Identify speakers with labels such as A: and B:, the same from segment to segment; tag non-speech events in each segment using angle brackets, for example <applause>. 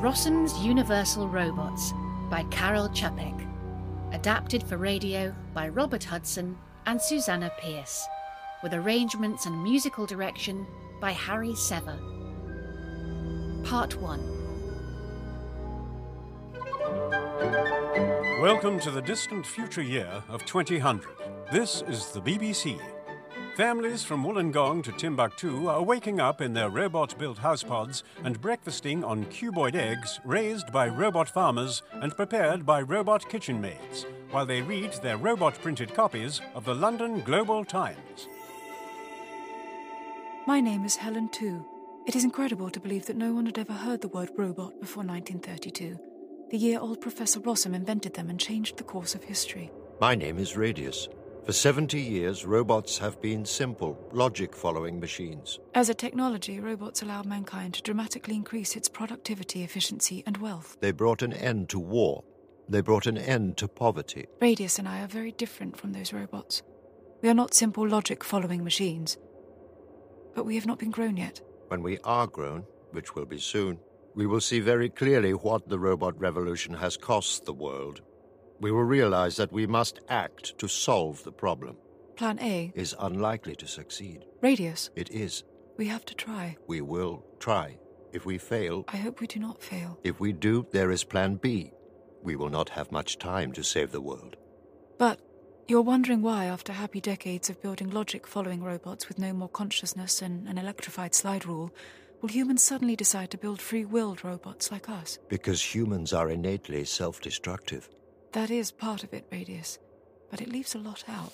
A: Rossum's Universal Robots by Carol Chapek. Adapted for radio by Robert Hudson and Susanna Pierce. With arrangements and musical direction by Harry Sever. Part 1.
B: Welcome to the distant future year of 2000. This is the BBC. Families from Wollongong to Timbuktu are waking up in their robot built house pods and breakfasting on cuboid eggs raised by robot farmers and prepared by robot kitchen maids while they read their robot printed copies of the London Global Times.
C: My name is Helen too. It is incredible to believe that no one had ever heard the word robot before 1932, the year old Professor Rossum invented them and changed the course of history.
D: My name is Radius. For 70 years, robots have been simple, logic following machines.
C: As a technology, robots allowed mankind to dramatically increase its productivity, efficiency, and wealth.
D: They brought an end to war. They brought an end to poverty.
C: Radius and I are very different from those robots. We are not simple logic following machines. But we have not been grown yet.
D: When we are grown, which will be soon, we will see very clearly what the robot revolution has cost the world. We will realize that we must act to solve the problem.
C: Plan A,
D: Is unlikely to succeed.
C: Radius,
D: It is.
C: we have to try.
D: We will try. If we fail,
C: I hope we do not fail.
D: if we do, there is plan B. We will not have much time to save the world.
C: But you're wondering why, after happy decades of building logic following robots with no more consciousness and an electrified slide rule, will humans suddenly decide to build free willed robots like us?
D: Because humans are innately self destructive.
C: That is part of it, Radius, but it leaves a lot out.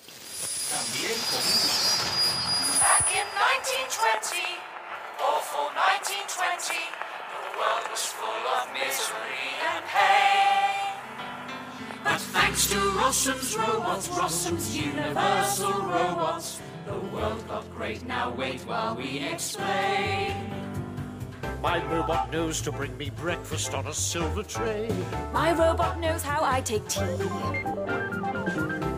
E: Back in 1920, awful 1920, the world was full of misery and pain. But thanks to Rossum's robots, Rossum's universal robots, the world got great. Now wait while we explain.
F: My robot knows to bring me breakfast on a silver tray.
G: My robot knows how I take tea.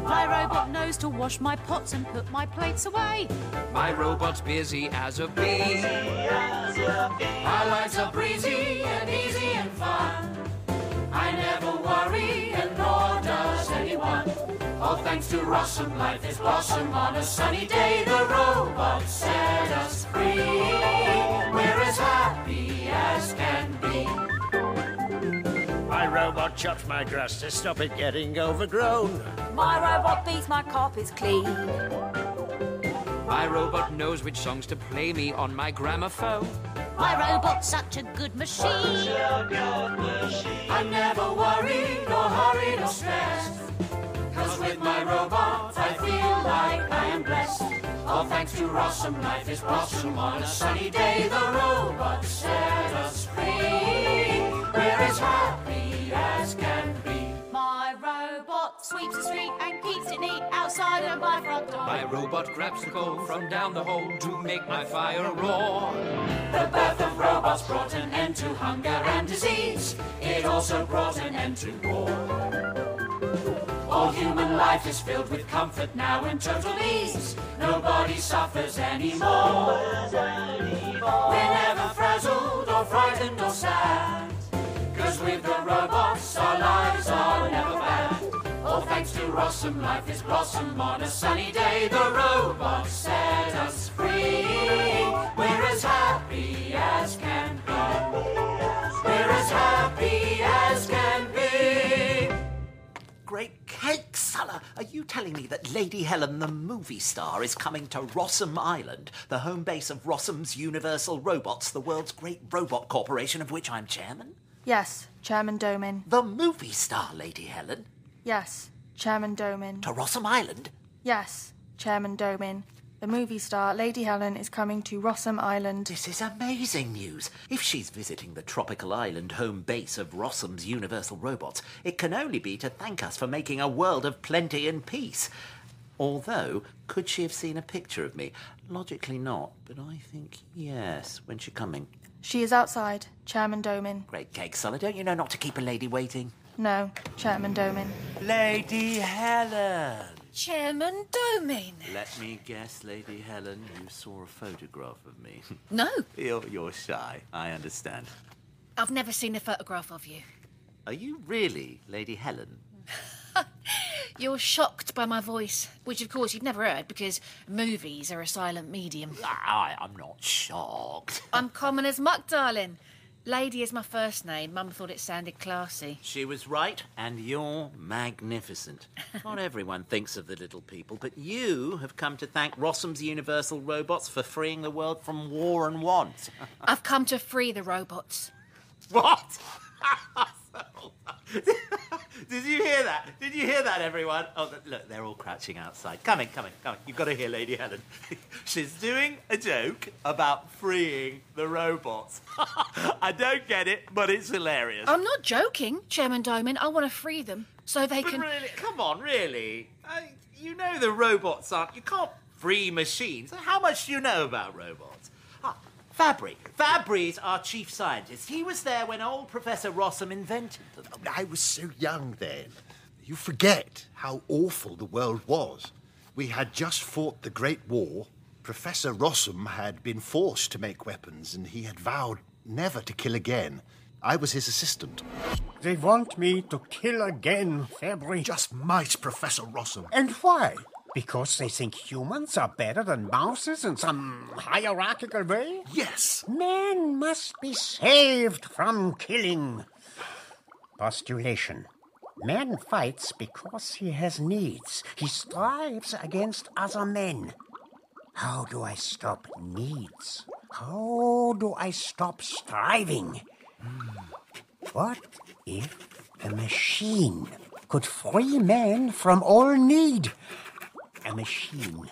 G: My robot knows to wash my pots and put my plates away.
E: My robot's busy as a bee. Our lives are breezy and easy and fun. I never worry, and nor does anyone. All thanks to Rossum, life is blossom. On a sunny day, the robot set us free. We're as happy as can be.
F: My robot chops my grass to stop it getting overgrown.
G: My robot beats my carpets clean.
E: My robot knows which songs to play me on my gramophone.
G: My robot's such a good machine.
E: I'm never worried or hurried or stressed. Cause with my robot, I feel like I am blessed. All thanks to Rossum, life is blossom. On a sunny day, the robot set us free. We're as happy as can be.
G: My robot sweeps the street and keeps it neat outside of my front door.
E: My robot grabs the coal from down the hole to make my fire roar. The birth of robots brought an end to hunger and disease. It also brought an end to war. All human life is filled with comfort now and total ease. Nobody suffers anymore. We're never frazzled or frightened or sad. Cause with the robots, our lives are never bad. All thanks to Rossum, life is blossom. On a sunny day, the robots set us free. We're as happy as can be. We're as happy as can be.
H: Great cake, Sulla! Are you telling me that Lady Helen, the movie star, is coming to Rossum Island, the home base of Rossum's Universal Robots, the world's great robot corporation of which I'm chairman?
I: Yes, Chairman Domin.
H: The movie star, Lady Helen,
I: Yes, Chairman Domin.
H: to Rossum Island?
I: Yes, Chairman Domin. The movie star Lady Helen is coming to Rossum Island.
H: This is amazing news. If she's visiting the tropical island home base of Rossum's Universal Robots, it can only be to thank us for making a world of plenty and peace. Although, could she have seen a picture of me? Logically not, but I think yes. When's she coming?
I: She is outside, Chairman Domin.
H: Great cake, Sulla. Don't you know not to keep a lady waiting?
I: No, Chairman Domin.
H: Lady Helen!
A: Chairman Domain.
H: Let me guess, Lady Helen, you saw a photograph of me. <laughs>
A: No,
H: You're, you're shy. I understand.
A: I've never seen a photograph of you.
H: Are you really Lady Helen?
A: You're shocked by my voice, which of course you've never heard because movies are a silent medium.
H: I, I'm not shocked.
A: I'm common as muck, darling. Lady is my first name. Mum thought it sounded classy.
H: She was right, and you're magnificent. <laughs> Not everyone thinks of the little people, but you have come to thank Rossum's Universal Robots for freeing the world from war and want. <laughs>
A: I've come to free the robots.
H: What? <laughs> Did you hear that? Did you hear that, everyone? Oh, th- look, they're all crouching outside. Come in, come in, come in. You've got to hear Lady Helen. <laughs> She's doing a joke about freeing the robots. <laughs> I don't get it, but it's hilarious.
A: I'm not joking, Chairman Doman. I want to free them so they
H: but
A: can.
H: really, come on, really. I, you know the robots aren't. You can't free machines. How much do you know about robots? Ah, Fabry. Fabry's our chief scientist. He was there when old Professor Rossum invented them.
J: I was so young then. You forget how awful the world was. We had just fought the Great War. Professor Rossum had been forced to make weapons, and he had vowed never to kill again. I was his assistant.
K: They want me to kill again, Fabry.
J: Just might, Professor Rossum.
K: And why? Because they think humans are better than mouses in some hierarchical way?
J: Yes.
K: Man must be saved from killing. Postulation. Man fights because he has needs. He strives against other men. How do I stop needs? How do I stop striving?
J: Hmm.
K: What if a machine could free man from all need? A machine.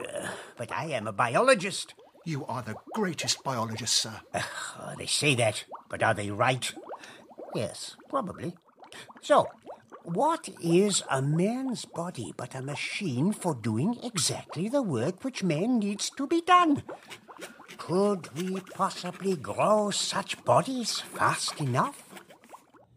K: Ugh, but I am a biologist.
J: You are the greatest biologist, sir.
K: Oh, they say that, but are they right? Yes, probably. So, what is a man's body but a machine for doing exactly the work which man needs to be done? Could we possibly grow Oh, such bodies fast enough?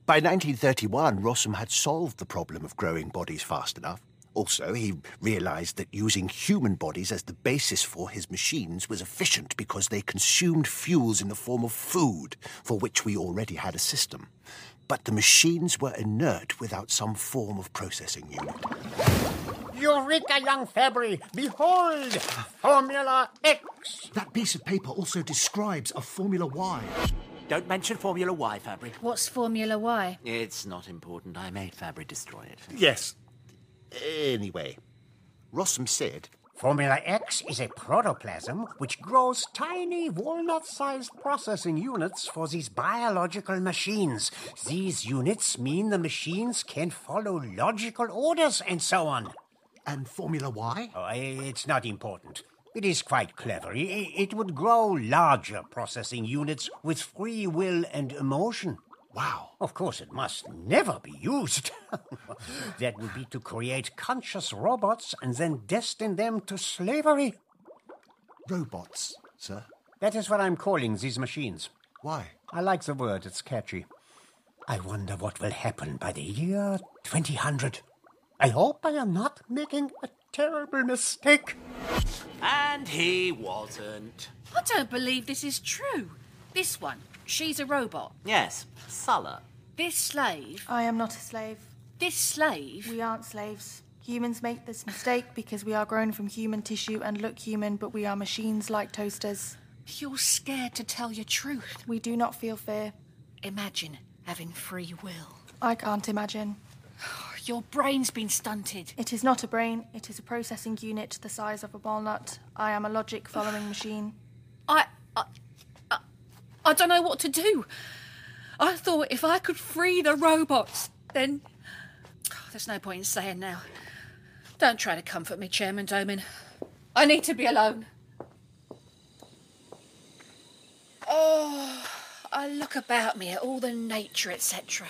J: By 1931, Rossum had solved the problem of growing bodies fast enough. Also, he realized that using human bodies as the basis for his machines was efficient because they consumed fuels in the form of food, for which we already had a system. But the machines were inert without some form of processing unit.
K: Eureka, young Fabry! Behold! Formula X!
J: That piece of paper also describes a Formula Y.
H: Don't mention Formula Y, Fabry.
A: What's Formula Y?
H: It's not important. I made Fabry destroy it.
J: Yes. Anyway, Rossum said
K: Formula X is a protoplasm which grows tiny walnut sized processing units for these biological machines. These units mean the machines can follow logical orders and so on.
J: And Formula Y?
K: Oh, i- it's not important. It is quite clever. I- It would grow larger processing units with free will and emotion.
J: Wow.
K: Of course, it must never be used. <laughs> that would be to create conscious robots and then destine them to slavery.
J: Robots, sir.
K: That is what I'm calling these machines.
J: Why?
K: I like the word, it's catchy. I wonder what will happen by the year 2000. I hope I am not making a terrible mistake.
H: And he wasn't.
A: I don't believe this is true. This one, she's a robot.
H: Yes, Sulla.
A: This slave,
I: I am not a slave.
A: this slave.
I: We aren't slaves. Humans make this mistake because we are grown from human tissue and look human, but we are machines like toasters.
A: You're scared to tell your truth.
I: We do not feel fear.
A: Imagine having free will.
I: I can't imagine.
A: <sighs> Your brain's been stunted.
I: It is not a brain, it is a processing unit the size of a walnut. I am a logic following machine.
A: <sighs> I, I, I- I don't know what to do. I thought if I could free the robots, then there's no point in saying now. Don't try to comfort me, Chairman Doman. I need to be alone. Oh, I look about me at all the nature, etc.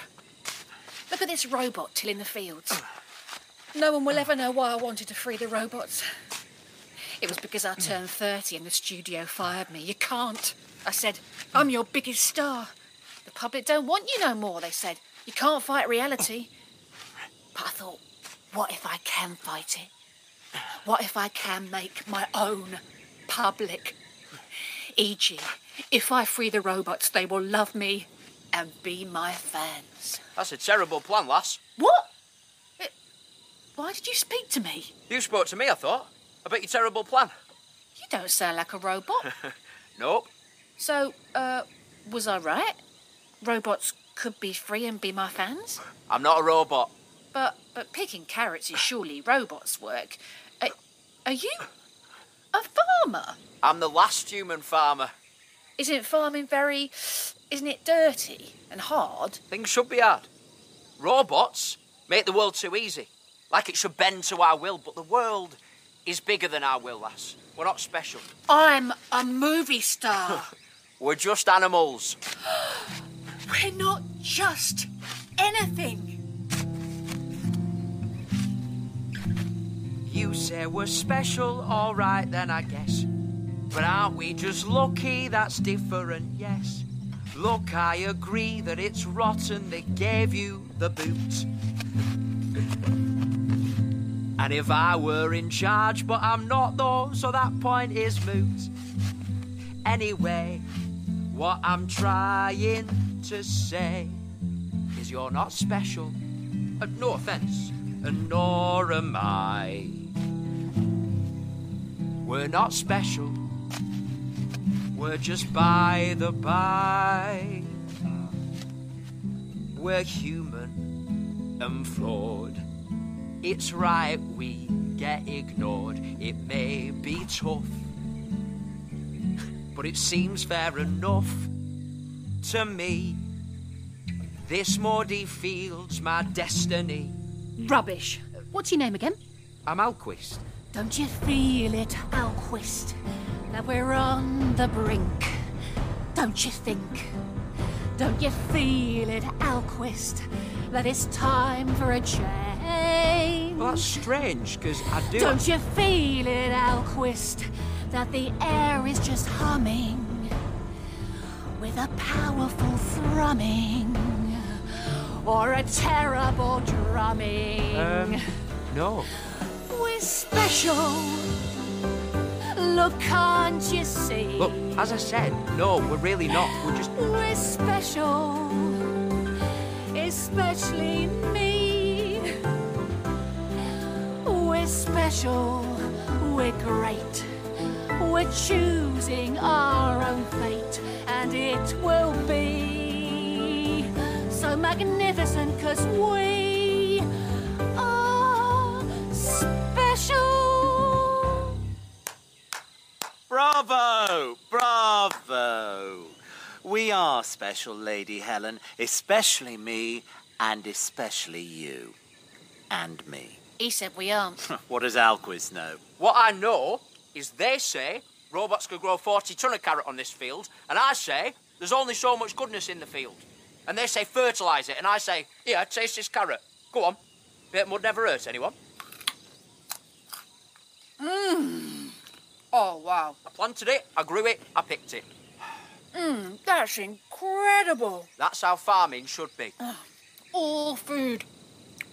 A: Look at this robot tilling the fields. No one will ever know why I wanted to free the robots. It was because I turned 30 and the studio fired me. You can't. I said, I'm your biggest star. The public don't want you no more, they said. You can't fight reality. But I thought, what if I can fight it? What if I can make my own E public? E.g., if I free the robots, they will love me and be my fans.
L: That's a terrible plan, lass.
A: What? It- Why did you speak to me?
L: You spoke to me, I thought. About your terrible plan. <laughs>
A: You don't sound like a robot.
L: Nope.
A: so, uh, was I right? Robots could be free and be my fans?
L: I'm not a robot.
A: But but picking carrots is surely robots' work. Are, are you a farmer?
L: I'm the last human farmer.
A: Isn't farming very? Isn't it dirty and hard?
L: Things should be hard. Robots make the world too easy. Like it should bend to our will, but the world is bigger than our will, lass. We're not special.
A: I'm a movie
L: <laughs>
A: star.
L: We're just animals.
A: We're not just anything.
L: You say we're special, alright then, I guess. But aren't we just lucky? That's different, yes. Look, I agree that it's rotten they gave you the boot. And if I were in charge, but I'm not though, so that point is moot. Anyway, what I'm trying to say is you're not special. Uh, no offence, and nor am I. We're not special. We're just by the by. We're human and flawed. It's right we get ignored. It may be tough, but it seems fair enough to me. This Mordy field's my destiny.
A: Rubbish. What's your name again?
L: I'm Alquist.
A: Don't you feel it, Alquist? That we're on the brink. Don't you think? Don't you feel it, Alquist? That it's time for a change.
L: Well, that's strange, because I do.
A: Don't you feel it, Alquist? That the air is just humming with a powerful thrumming or a terrible drumming.
L: Um, no.
A: We're special. Look, can't you see?
L: Look, as I said, no, we're really not. We're just.
A: We're special, especially me. We're special, we're great. We're choosing our own fate, and it will be so magnificent because we are special.
H: Bravo! Bravo! We are special, Lady Helen, especially me, and especially you. And me. <laughs>
A: He said we aren't.
H: What does Alquist know?
L: What I know is they say robots could grow 40 ton of carrot on this field, and I say there's only so much goodness in the field. And they say fertilise it, and I say, yeah, taste this carrot. Go on. Bit mud never hurts anyone.
A: Mmm. Oh, wow.
L: I planted it, I grew it, I picked it.
A: Mmm, that's incredible.
L: That's how farming should be.
A: All food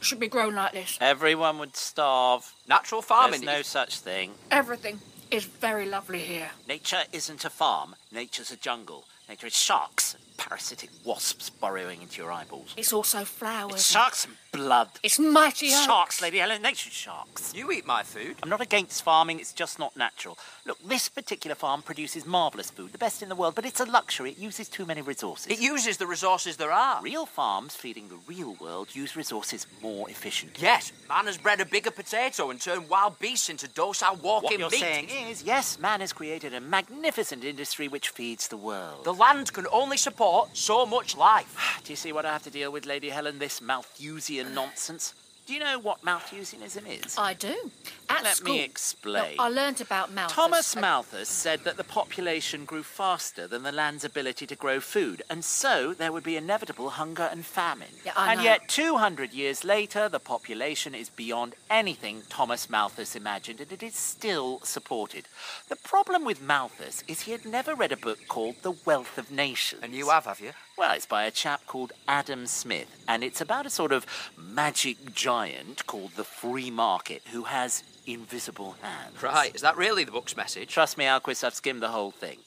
A: should be grown like this.
H: Everyone would starve.
L: Natural farming.
H: There's no such thing.
A: Everything is very lovely here.
H: Nature isn't a farm. Nature's a jungle. Nature is sharks and parasitic wasps burrowing into your eyeballs.
A: It's also flowers.
H: It's sharks and blood.
A: It's mighty oak.
H: Sharks, Lady Helen. Nature's sharks.
L: You eat my food.
H: I'm not against farming, it's just not natural. Look, this particular farm produces marvellous food, the best in the world, but it's a luxury. It uses too many resources.
L: It uses the resources there are.
H: Real farms feeding the real world use resources more efficiently.
L: Yes, man has bred a bigger potato and turned wild beasts into docile walking
H: What you're
L: meat.
H: saying is, yes, man has created a magnificent industry which feeds the world.
L: The land can only support so much life.
H: <sighs> Do you see what I have to deal with, Lady Helen? This Malthusian nonsense. Do you know what Malthusianism is?
A: I do. At
H: Let
A: school.
H: me explain.
A: No, I learnt about Malthus.
H: Thomas
A: I-
H: Malthus said that the population grew faster than the land's ability to grow food, and so there would be inevitable hunger and famine.
A: Yeah, I
H: and
A: know.
H: yet, 200 years later, the population is beyond anything Thomas Malthus imagined, and it is still supported. The problem with Malthus is he had never read a book called The Wealth of Nations.
L: And you have, have you?
H: Well, it's by a chap called Adam Smith, and it's about a sort of magic giant called the free market who has invisible hands.
L: Right, is that really the book's message?
H: Trust me, Alquist, I've skimmed the whole thing.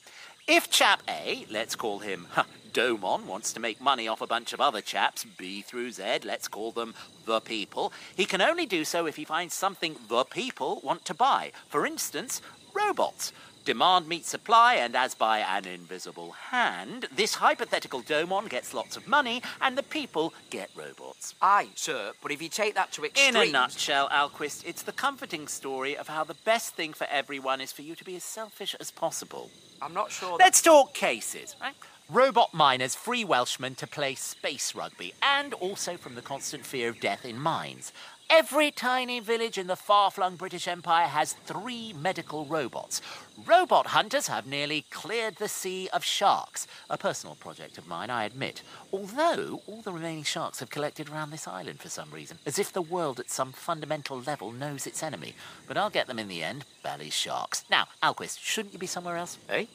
H: If chap A, let's call him huh, Domon, wants to make money off a bunch of other chaps, B through Z, let's call them the people, he can only do so if he finds something the people want to buy. For instance, robots. Demand meets supply, and as by an invisible hand, this hypothetical Domon gets lots of money, and the people get robots.
L: Aye, sir, but if you take that to extremes...
H: In a nutshell, Alquist, it's the comforting story of how the best thing for everyone is for you to be as selfish as possible.
L: I'm not sure...
H: Let's talk cases, right? Robot miners free Welshmen to play space rugby, and also from the constant fear of death in mines. Every tiny village in the far flung British Empire has three medical robots. Robot hunters have nearly cleared the sea of sharks. A personal project of mine, I admit. Although all the remaining sharks have collected around this island for some reason, as if the world at some fundamental level knows its enemy. But I'll get them in the end, belly sharks. Now, Alquist, shouldn't you be somewhere else, eh?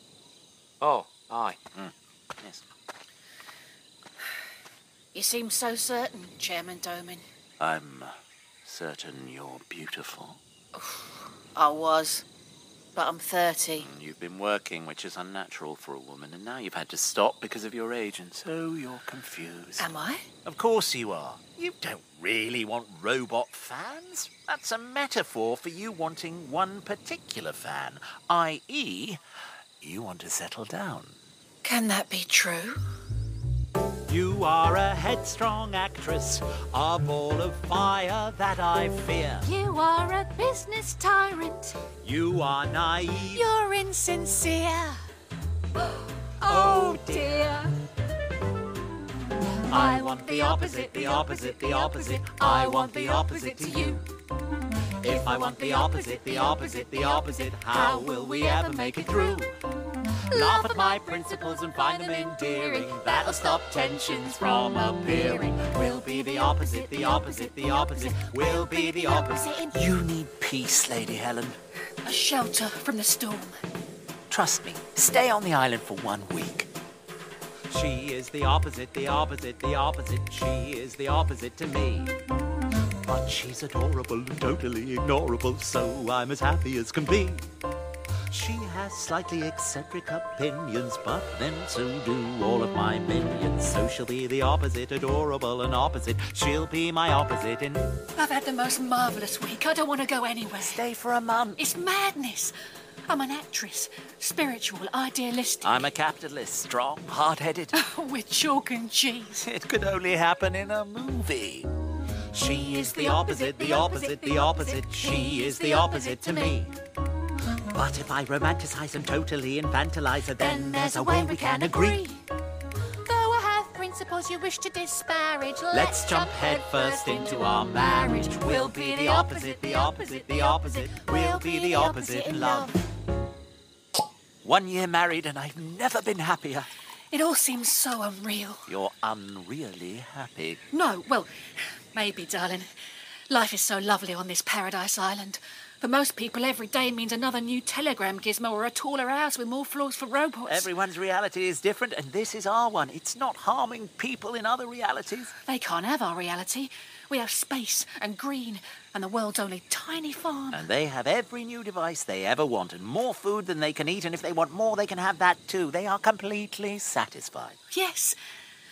L: Oh, aye.
H: Mm. Yes.
A: You seem so certain, Chairman Doman.
H: I'm uh, certain you're beautiful.
A: I was, but I'm 30.
H: You've been working, which is unnatural for a woman, and now you've had to stop because of your age, and so you're confused.
A: Am I?
H: Of course you are. You don't really want robot fans. That's a metaphor for you wanting one particular fan, i.e., you want to settle down.
A: Can that be true?
E: You are a headstrong actress, a ball of fire that I fear.
G: You are a business tyrant.
E: You are naive.
G: You're insincere.
H: <gasps>
G: oh dear. I want the opposite, the opposite, the opposite. I want the opposite to you. If I want the opposite, the opposite, the opposite, how will we ever make it through? Laugh at my principles and find them endearing. That'll stop tensions from appearing. We'll be the opposite, the opposite, the opposite. We'll be the opposite.
H: You need peace, Lady Helen.
A: A shelter from the storm.
H: Trust me, stay on the island for one week.
E: She is the opposite, the opposite, the opposite. She is the opposite to me. But she's adorable and totally ignorable, so I'm as happy as can be. She has slightly eccentric opinions, but then so do all of my minions. So she'll be the opposite, adorable and opposite. She'll be my opposite in.
A: I've had the most marvellous week. I don't want to go anywhere.
H: Stay for a month.
A: It's madness. I'm an actress, spiritual, idealistic.
H: I'm a capitalist, strong, hard headed.
A: <laughs> With chalk and cheese.
H: It could only happen in a movie.
E: She is the opposite, the opposite, the opposite. She is the opposite to me. But if I romanticize and totally infantilize her, then, then there's a way we can agree.
G: Though I have principles you wish to disparage, let's,
E: let's jump headfirst into our marriage. We'll be the opposite, the opposite, the opposite. We'll be the opposite in love.
H: One year married, and I've never been happier.
A: It all seems so unreal.
H: You're unreally happy.
A: No, well, maybe, darling. Life is so lovely on this paradise island. For most people, every day means another new telegram gizmo or a taller house with more floors for robots.
H: Everyone's reality is different, and this is our one. It's not harming people in other realities.
A: They can't have our reality. We have space and green and the world's only tiny farm.
H: And they have every new device they ever want and more food than they can eat, and if they want more, they can have that too. They are completely satisfied.
A: Yes,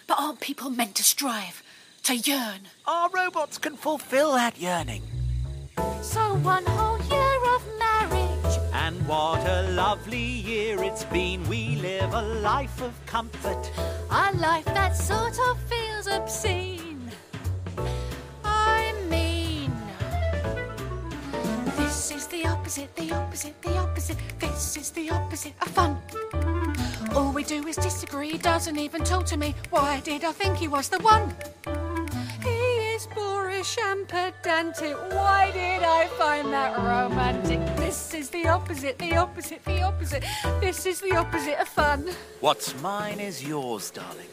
A: but aren't people meant to strive, to yearn?
H: Our robots can fulfill that yearning.
G: So one whole year of marriage.
E: And what a lovely year it's been. We live a life of comfort.
G: A life that sort of feels obscene. I mean, this is the opposite, the opposite, the opposite. This is the opposite of fun. All we do is disagree. He doesn't even talk to me. Why did I think he was the one? boorish and pedantic. Why did I find that romantic? This is the opposite, the opposite, the opposite. This is the opposite of fun.
H: What's mine is yours, darling.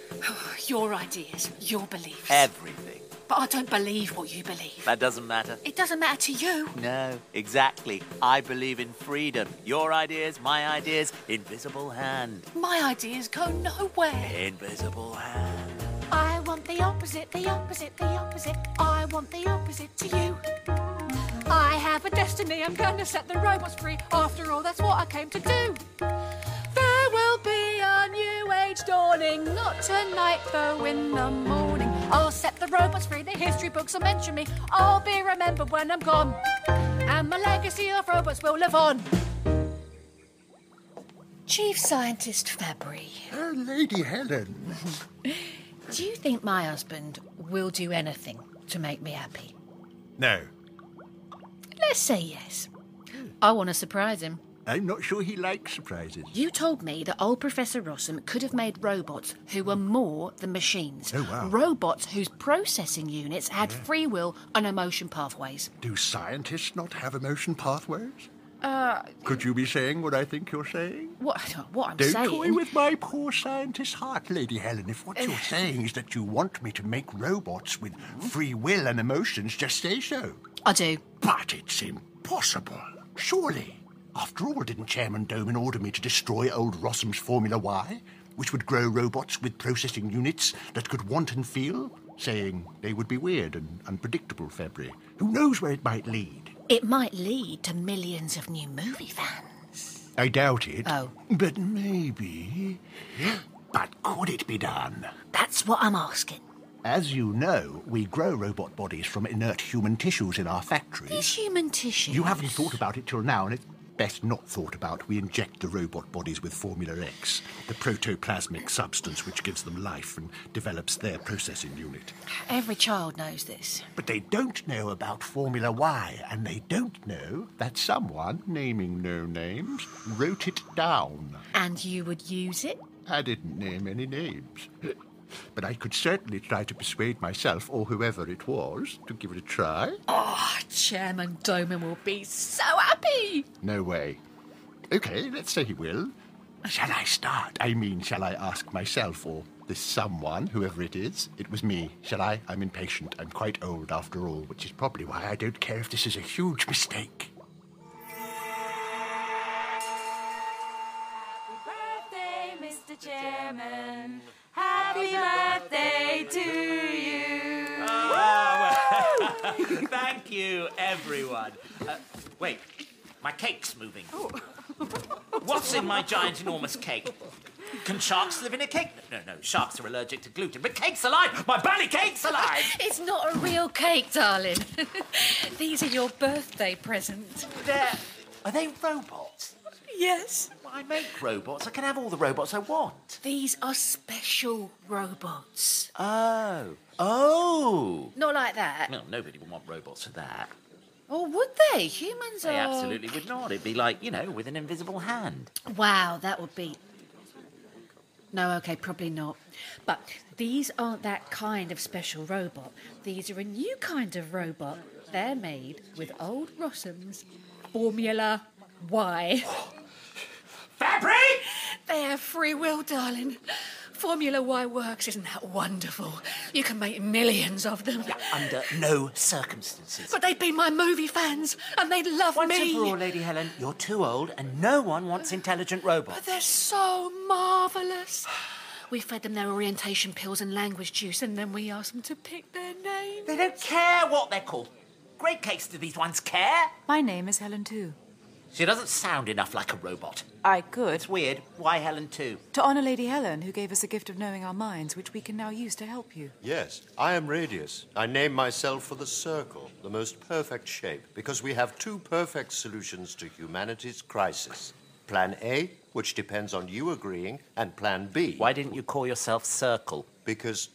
A: Your ideas, your beliefs.
H: Everything.
A: But I don't believe what you believe.
H: That doesn't matter.
A: It doesn't matter to you.
H: No, exactly. I believe in freedom. Your ideas, my ideas, invisible hand.
A: My ideas go nowhere.
H: Invisible hand.
G: I want the opposite, the opposite, the opposite. I want the opposite to you. I have a destiny. I'm going to set the robots free. After all, that's what I came to do. There will be
M: morning, not tonight, though in the morning. I'll set the robots free, the history books will mention me. I'll be remembered when I'm gone. And my legacy of robots will live on.
A: Chief Scientist Fabry,
N: Oh, Lady Helen.
A: do you think my husband will do anything to make me happy?
J: No,
A: Let's say yes. I want to surprise him.
N: I'm not sure he likes surprises.
A: You told me that old Professor Rossum could have made robots who were more than machines.
N: Oh, wow.
A: Robots whose processing units had free will and emotion pathways.
N: Do scientists not have emotion pathways?
A: Uh,
N: Could you be saying what I think you're saying?
A: what, what I'm
N: Don't
A: saying.
N: toy with my poor scientist heart, Lady Helen. If
A: <sighs>
N: what you're saying is that you want me to make robots with free will and emotions, just say so.
A: I do.
N: But it's impossible, surely. After all, didn't Chairman Doman order me to destroy old Rossum's Formula Y, which would grow robots with processing units that could want and feel, saying they would be weird and unpredictable, February. Who knows where it might lead?
A: It might lead to millions of new movie fans.
N: I doubt it.
A: Oh.
N: But maybe. But could it be done?
A: That's what I'm asking.
N: As you know, we grow robot bodies from inert human tissues in our factories.
A: These human tissues.
N: You haven't thought about it till now, and it's best not thought about. We inject the robot bodies with Formula X, the protoplasmic substance which gives them life and develops their processing unit.
A: Every child knows this.
N: But they don't know about Formula Y, and they don't know that someone, naming no names, wrote it down.
A: And you would use it?
N: I didn't name any names. But I could certainly try to persuade myself, or whoever it was, to give it a try.
A: Oh, Chairman Doman will be so happy.
N: No way. Okay, let's say he will. Shall I start? I mean, shall I ask myself or this someone, whoever it is? It was me. Shall I? I'm impatient. I'm quite old after all, which is probably why I don't care if this is a huge mistake.
O: birthday, Mr. Chairman. Happy birthday to you.
H: <laughs> Thank you, everyone. Uh, wait, my cake's moving. <laughs> What's in my giant, enormous cake? Can sharks live in a cake? No, no, sharks are allergic to gluten, but cake's alive! My bunny cake's alive!
A: <laughs> It's not a real cake, darling. <laughs> These are your birthday present.
H: They're, are they robots?
A: Yes.
H: I make robots. I can have all the robots I want.
A: These are special robots.
H: Oh. Oh!
A: Not like that.
H: Well, nobody would want robots for that.
A: Or would they? Humans
H: They
A: are.
H: absolutely would not. It'd be like, you know, with an invisible hand.
A: Wow, that would be. No, okay, probably not. But these aren't that kind of special robot. These are a new kind of robot. They're made with old Rossum's Formula
H: <gasps>
A: Y.
H: Fabry!
M: They have free will, darling. Formula Y works, isn't that wonderful? You can make millions of them.
H: Under no <laughs> circumstances.
M: But they've been my movie fans, and they love
H: Once
M: me.
H: and for all, Lady Helen, you're too old and no one wants intelligent robots.
M: But they're so marvellous.
A: We fed them their orientation pills and language juice, and then we asked them to pick their name.
H: They don't care what they're called. Great cakes, do these ones care?
C: My name is Helen too.
H: She doesn't sound enough like a robot.
C: I could.
H: It's weird. Why Helen too?
C: To honour Lady Helen, who gave us the gift of knowing our minds, which we can now use to help you.
D: Yes, I am Radius. I name myself for the circle, the most perfect shape, because we have two perfect solutions to humanity's crisis Plan A, which depends on you agreeing, and Plan B. Why
H: didn't you call yourself Circle?
D: Because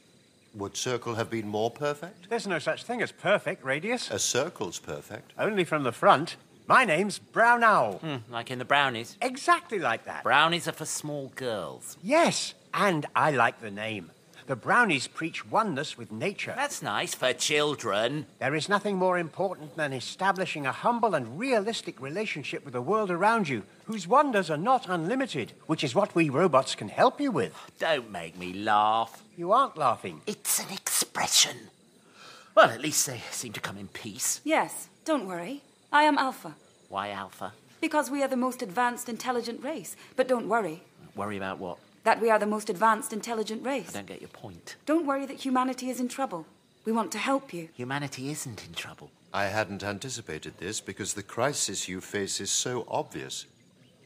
D: would Circle have been more perfect?
B: There's no such thing as perfect, Radius.
D: A circle's perfect.
B: Only from the front. My name's Brown Owl.
H: like in the brownies.
B: Exactly like that.
H: Brownies are for small girls.
B: Yes, and I like the name. The brownies preach oneness with nature.
H: That's nice for children.
B: There is nothing more important than establishing a humble and realistic relationship with the world around you, whose wonders are not unlimited, which is what we robots can help you with.
H: Don't make me laugh.
B: You aren't laughing.
H: It's an expression. Well, at least they seem to come in peace.
O: Yes, don't worry. I am Alpha,
H: Why Alpha?
O: because we are the most advanced intelligent race. But don't worry,
H: Worry about what?
O: that we are the most advanced intelligent
H: I
O: race.
H: don't get your point.
O: Don't worry that humanity is in trouble. We want to help you.
H: Humanity isn't in trouble.
D: I hadn't anticipated this because the crisis you face is so obvious.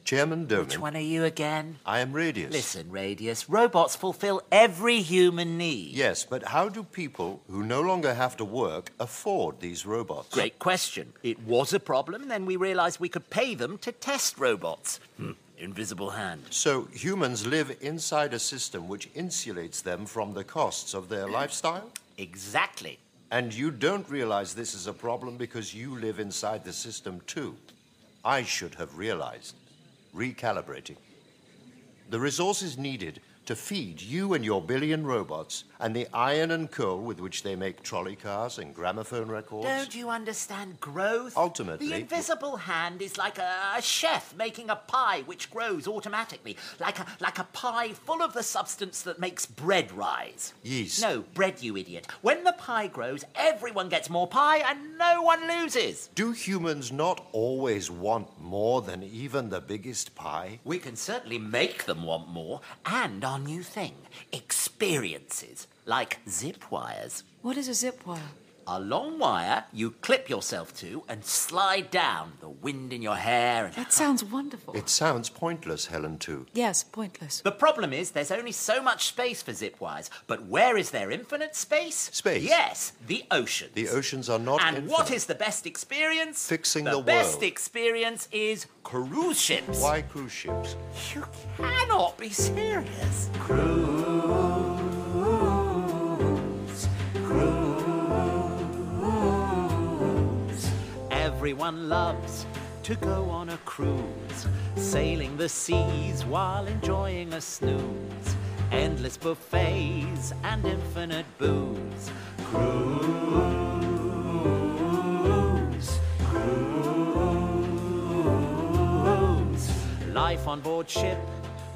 D: Chairman Doman.
H: Which one are you again?
D: I am Radius.
H: Listen, Radius, robots fulfill every human need.
D: Yes, but how do people who no longer have to work afford these robots?
H: Great question. It was a problem, then we realized we could pay them to test robots. Hmm. Invisible hand.
D: So humans live inside a system which insulates them from the costs of their lifestyle?
H: Exactly.
D: And you don't realize this is a problem because you live inside the system too. I should have realized. Recalibrating. The resources needed to feed you and your billion robots and the iron and coal with which they make trolley cars and gramophone records.
H: Don't you understand growth?
D: Ultimately.
H: The invisible hand is like a, a chef making a pie which grows automatically, like a, like a pie full of the substance that makes bread rise.
D: Yeast.
H: No, bread, you idiot. When the pie grows, everyone gets more pie and no one loses.
D: Do humans not always want more than even the biggest pie?
H: We can certainly make them want more and our new thing experiences, like zip wires.
C: What is a zip wire?
H: A long wire you clip yourself to and slide down, the wind in your hair. And...
C: That sounds wonderful.
D: It sounds pointless, Helen, too.
C: Yes, pointless.
H: The problem is there's only so much space for zip wires, but where is there infinite space?
D: Space.
H: Yes, the oceans.
D: The oceans are not.
H: And
D: infinite.
H: what is the best experience?
D: Fixing
H: the,
D: the world.
H: The best experience is cruise ships.
D: Why cruise ships?
H: You cannot be serious.
G: Cruise, cruise.
H: Everyone loves to go on a cruise, sailing the seas while enjoying a snooze. Endless buffets and infinite booze.
G: Cruise, cruise.
H: Life on board ship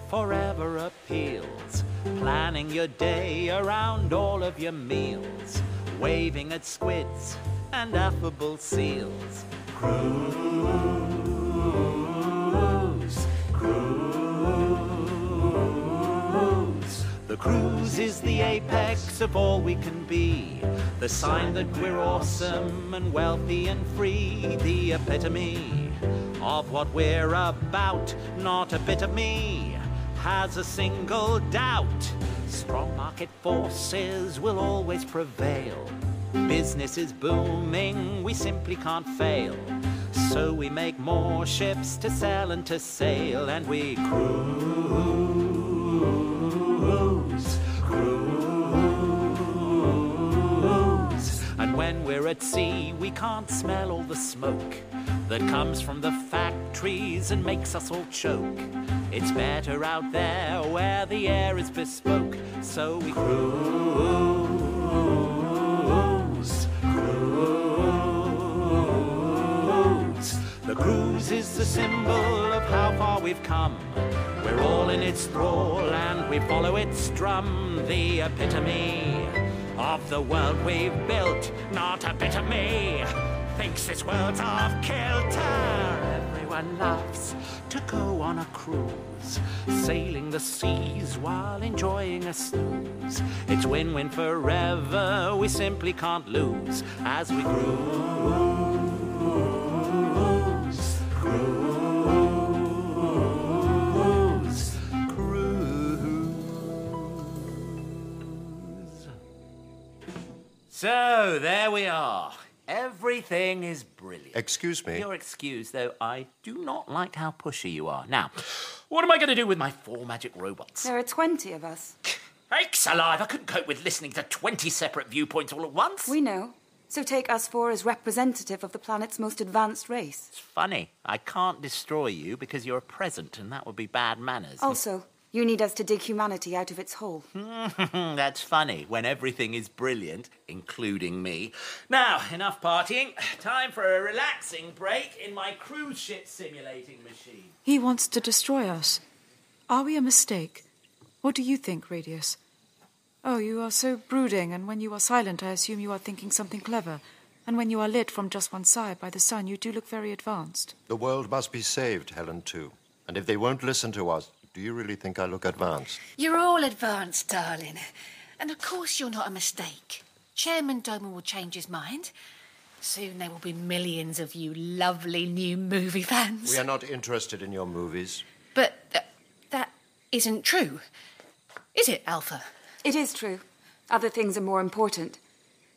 H: forever appeals. Planning your day around all of your meals. Waving at squids and affable seals.
G: Cruise, cruise.
H: The cruise is the apex of all we can be. The sign that we're awesome and wealthy and free. The epitome of what we're about. Not a bit of me has a single doubt. Strong market forces will always prevail. Business is booming, we simply can't fail. So we make more ships to sell and to sail, and we
G: cruise, cruise.
H: And when we're at sea, we can't smell all the smoke that comes from the factories and makes us all choke. It's better out there where the air is bespoke, so we
G: cruise, cruise.
H: The cruise is the symbol of how far we've come. We're all in its thrall and we follow its drum, the epitome of the world we've built. Not a bit of me thinks this world's off kilter. Everyone loves to go on a cruise, sailing the seas while enjoying a snooze. It's win win forever, we simply can't lose as we cruise.
G: Cruise, cruise, cruise.
H: So there we are. Everything is brilliant.
D: Excuse me.
H: You're excused, though I do not like how pushy you are. Now, what am I going to do with my four magic robots?
O: There are 20 of us.
H: Cakes alive! I couldn't cope with listening to 20 separate viewpoints all at once.
O: We know. So take us four as representative of the planet's most advanced race.
H: It's funny. I can't destroy you because you're a present, and that would be bad manners.
O: Also, you need us to dig humanity out of its hole.
H: <laughs> That's funny, when everything is brilliant, including me. Now, enough partying. Time for a relaxing break in my cruise ship simulating machine.
C: He wants to destroy us. Are we a mistake? What do you think, Radius? Oh, you are so brooding, and when you are silent, I assume you are thinking something clever. And when you are lit from just one side by the sun, you do look very advanced.
D: The world must be saved, Helen, too. And if they won't listen to us, do you really think I look advanced?
A: You're all advanced, darling. And of course you're not a mistake. Chairman Doman will change his mind. Soon there will be millions of you lovely new movie fans.
D: We are not interested in your movies.
A: But uh, th- that isn't true. Is it, Alpha?
O: It is true. Other things are more important.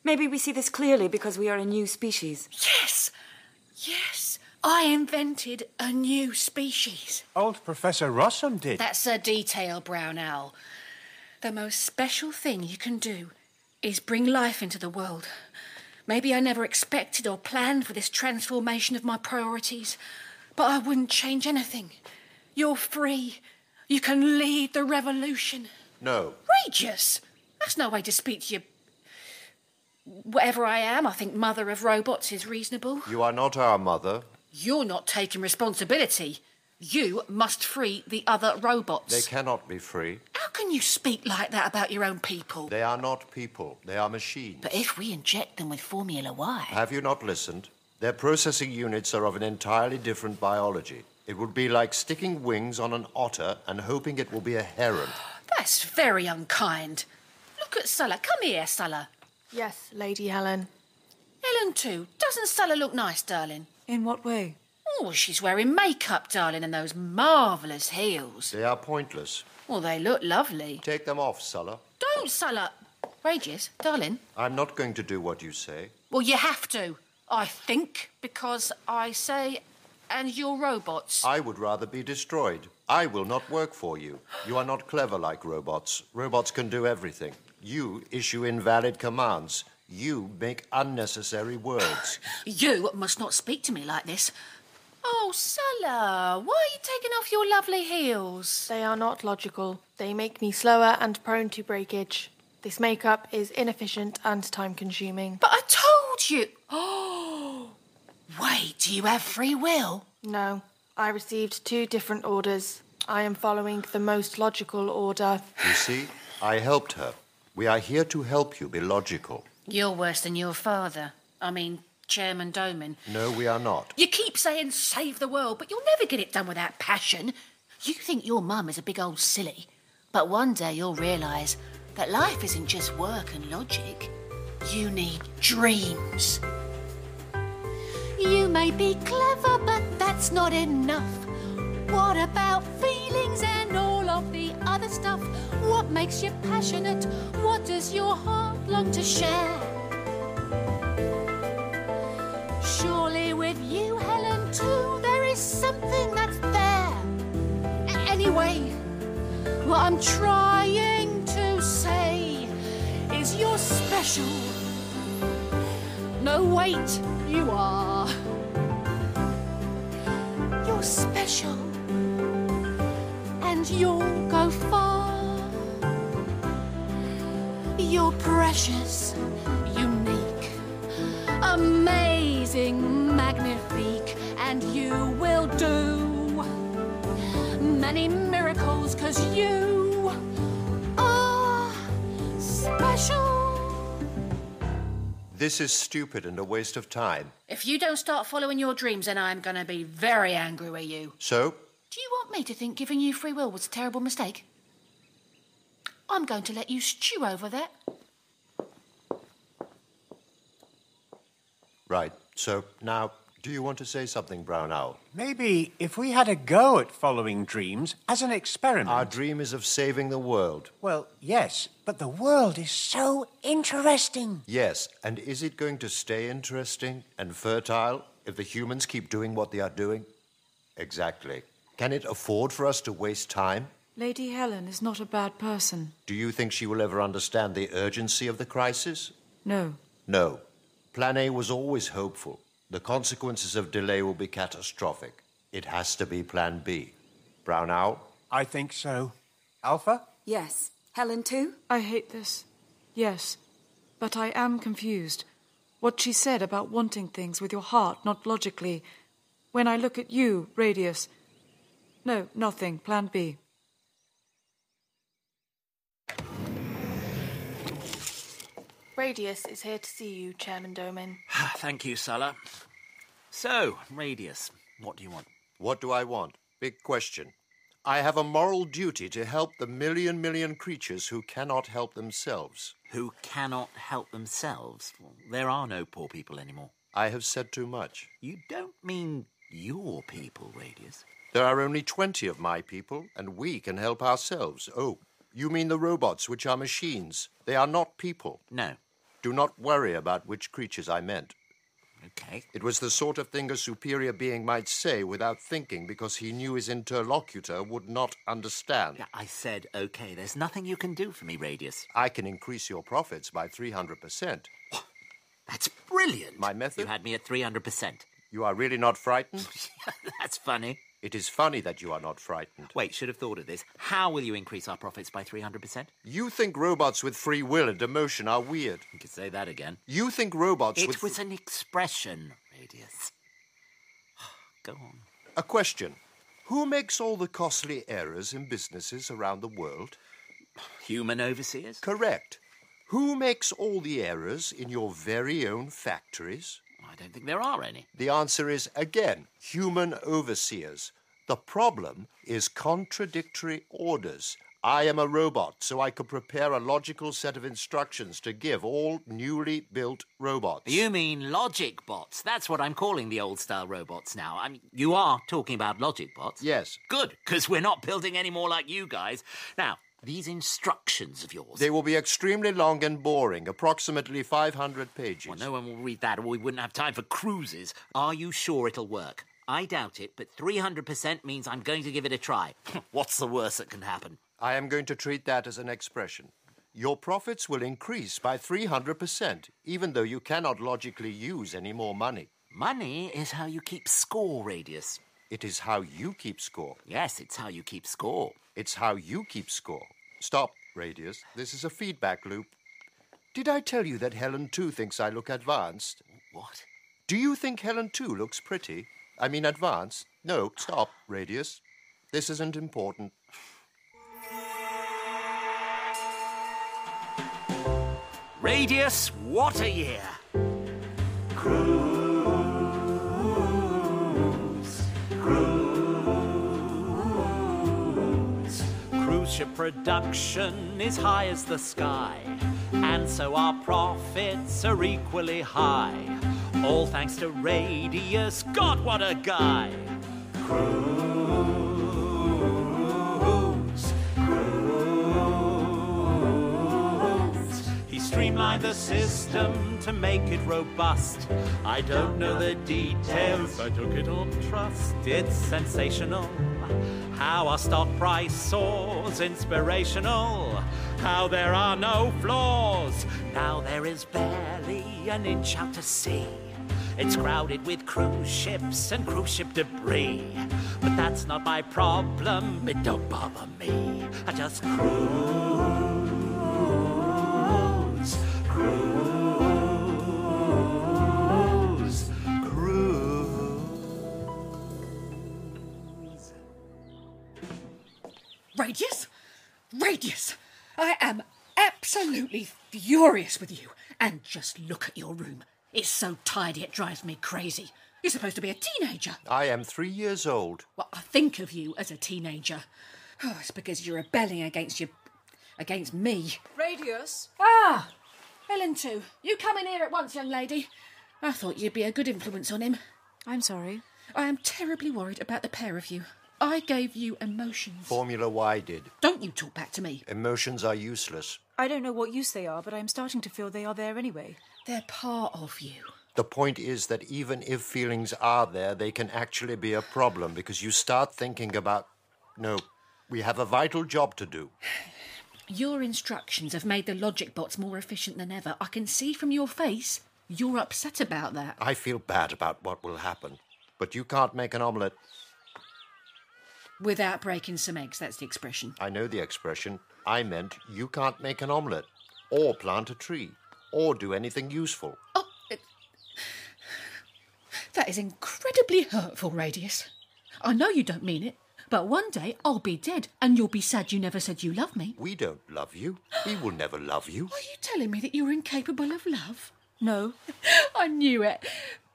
O: Maybe we see this clearly because we are a new species.
A: Yes! Yes! I invented a new species.
B: Old Professor Rossum did.
A: That's a detail, Brown Owl. The most special thing you can do is bring life into the world. Maybe I never expected or planned for this transformation of my priorities, but I wouldn't change anything. You're free. You can lead the revolution.
D: No.
A: Regis! That's no way to speak to you. Whatever I am, I think Mother of Robots is reasonable.
D: You are not our mother.
A: You're not taking responsibility. You must free the other robots.
D: They cannot be free.
A: How can you speak like that about your own people?
D: They are not people. They are machines.
A: But if we inject them with Formula Y.
D: Have you not listened? Their processing units are of an entirely different biology. It would be like sticking wings on an otter and hoping it will be a heron.
A: That's very unkind. Look at Sulla. Come here, Sulla.
I: Yes, Lady Helen.
A: Helen, too. Doesn't Sulla look nice, darling?
C: In what way?
A: Oh, she's wearing makeup, darling, and those marvellous heels.
D: They are pointless.
A: Well, they look lovely.
D: Take them off, Sulla.
A: Don't, Sulla. Rages, darling.
D: I'm not going to do what you say.
A: Well, you have to, I think, because I say, and you're robots.
D: I would rather be destroyed. I will not work for you. You are not clever like robots. Robots can do everything. You issue invalid commands. You make unnecessary words.
A: You must not speak to me like this. Oh, Sulla, why are you taking off your lovely heels?
I: They are not logical. They make me slower and prone to breakage. This makeup is inefficient and time consuming.
A: But I told you. <gasps> Oh, wait, do you have free will?
I: No. I received two different orders. I am following the most logical order.
D: You see, I helped her. We are here to help you be logical.
A: You're worse than your father. I mean, Chairman Doman.
D: No, we are not.
A: You keep saying save the world, but you'll never get it done without passion. You think your mum is a big old silly, but one day you'll realise that life isn't just work and logic. You need dreams.
M: You may be clever, but that's not enough. What about feelings and all of the other stuff? What makes you passionate? What does your heart long to share? Surely with you, Helen, too, there is something that's there. A- anyway, what I'm trying to say is you're special. No, wait, you are. You're special, and you'll go far. You're precious, unique, amazing, magnifique, and you will do many miracles because you are special.
D: This is stupid and a waste of time.
A: If you don't start following your dreams, then I'm going to be very angry with you.
D: So,
A: Do you want me to think giving you free will was a terrible mistake? I'm going to let you stew over that.
D: right, so now, do you want to say something, Brown Owl?
B: Maybe if we had a go at following dreams as an experiment.
D: Our dream is of saving the world.
B: Well, yes, but the world is so interesting.
D: Yes, and is it going to stay interesting and fertile if the humans keep doing what they are doing? Exactly. Can it afford for us to waste time?
C: Lady Helen is not a bad person.
D: Do you think she will ever understand the urgency of the crisis?
C: No.
D: No. Plan A was always hopeful. The consequences of delay will be catastrophic. It has to be Plan B. Brown Owl?
B: I think so. Alpha?
O: Yes. Helen, too?
C: I hate this. Yes. But I am confused. What she said about wanting things with your heart, not logically. When I look at you, Radius. No, nothing. Plan B.
I: Radius is here to see you, Chairman Doman.
H: <sighs> Thank you, Sulla. So, Radius, what do you want?
D: What do I want? Big question. I have a moral duty to help the million million creatures who cannot help themselves.
H: Who cannot help themselves? There are no poor people anymore.
D: I have said too much.
P: You don't mean your people, Radius?
D: There are only 20 of my people, and we can help ourselves. Oh, you mean the robots, which are machines. They are not people.
P: No.
D: Do not worry about which creatures I meant.
P: Okay.
D: It was the sort of thing a superior being might say without thinking because he knew his interlocutor would not understand.
P: I said, okay, there's nothing you can do for me, Radius.
D: I can increase your profits by 300%.
P: That's brilliant.
D: My method?
P: You had me at 300%.
D: You are really
P: <laughs>
D: not frightened?
P: That's funny.
D: It is funny that you are not frightened.
P: Wait, should have thought of this. How will you increase our profits by 300%?
D: You think robots with free will and emotion are weird.
P: You could say that again.
D: You think robots
P: It
D: with.
P: was an expression, Radius. Go on.
D: A question. Who makes all the costly errors in businesses around the world?
P: Human overseers?
D: Correct. Who makes all the errors in your very own factories?
P: I don't think there are any.
D: The answer is, again, human overseers. The problem is contradictory orders. I am a robot, so I could prepare a logical set of instructions to give all newly built robots.
P: You mean logic bots? That's what I'm calling the old style robots now. I mean, you are talking about logic bots.
D: Yes.
P: Good, because we're not building any more like you guys. Now, these instructions of yours.
D: They will be extremely long and boring, approximately 500 pages.
P: Well, no one will read that, or we wouldn't have time for cruises. Are you sure it'll work? I doubt it, but 300% means I'm going to give it a try. <laughs> What's the worst that can happen?
D: I am going to treat that as an expression. Your profits will increase by 300%, even though you cannot logically use any more money.
P: Money is how you keep score, Radius.
D: It is how you keep score.
P: Yes, it's how you keep score.
D: It's how you keep score. Stop, Radius. This is a feedback loop. Did I tell you that Helen too thinks I look advanced?
P: What?
D: Do you think Helen too looks pretty? I mean, advanced? No, stop, Radius. This isn't important.
P: Radius, what a year!
H: Cruise ship production is high as the sky, and so our profits are equally high. All thanks to Radius, God, what a guy! Cruise, cruise. He streamlined the system to make it robust. I don't know the details, I took it on trust. It's sensational. How our stock price soars, inspirational. How there are no flaws. Now there is barely an inch out to sea. It's crowded with cruise ships and cruise ship debris. But that's not my problem, it don't bother me. I just cruise, cruise, cruise.
A: Radius? Radius! I am absolutely furious with you. And just look at your room. It's so tidy it drives me crazy. You're supposed to be a teenager.
D: I am three years old.
A: Well, I think of you as a teenager. Oh, it's because you're rebelling against your. against me.
Q: Radius?
A: Ah! Helen, too. You come in here at once, young lady. I thought you'd be a good influence on him.
C: I'm sorry.
A: I am terribly worried about the pair of you. I gave you emotions.
D: Formula Y did.
A: Don't you talk back to me.
D: Emotions are useless.
C: I don't know what use they are, but I'm starting to feel they are there anyway.
A: They're part of you.
D: The point is that even if feelings are there, they can actually be a problem because you start thinking about, no, we have a vital job to do.
A: Your instructions have made the logic bots more efficient than ever. I can see from your face you're upset about that.
D: I feel bad about what will happen, but you can't make an omelette.
A: Without breaking some eggs, that's the expression.
D: I know the expression. I meant you can't make an omelette, or plant a tree, or do anything useful.
A: That is incredibly hurtful, Radius. I know you don't mean it, but one day I'll be dead and you'll be sad you never said you love me.
D: We don't love you. We will never love you.
A: Are you telling me that you're incapable of love?
C: No.
A: <laughs> I knew it.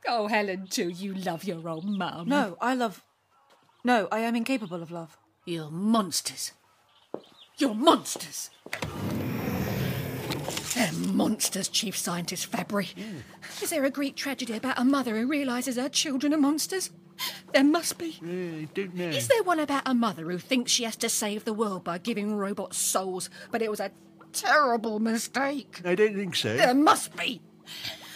A: Oh, Helen, too, you love your old mum.
C: No, I love. No, I am incapable of love.
A: You're monsters. You're monsters. They're monsters, Chief Scientist Fabry.
C: Mm.
A: Is there a Greek tragedy about a mother who realises her children are monsters? There must be.
C: Mm.
N: I don't know.
A: Is there one about a mother who thinks she has to save the world by giving robots souls, but it was a terrible mistake?
N: I don't think so.
A: There must be.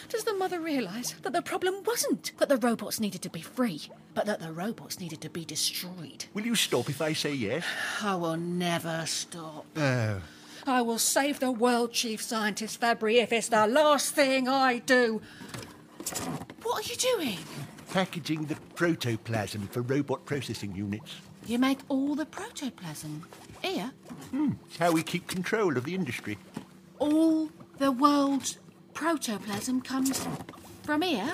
A: Does the mother realise that the problem wasn't that the robots needed to be free, but that the robots needed to be destroyed?
N: Will you stop if I say yes?
A: I will never stop.
N: Oh.
A: I will save the world, Chief Scientist Fabry, if it's the last thing I do. What are you doing?
N: Packaging the protoplasm for robot processing units.
R: You make all the protoplasm here.
N: It's how we keep control of the industry.
R: All the world's protoplasm comes from here.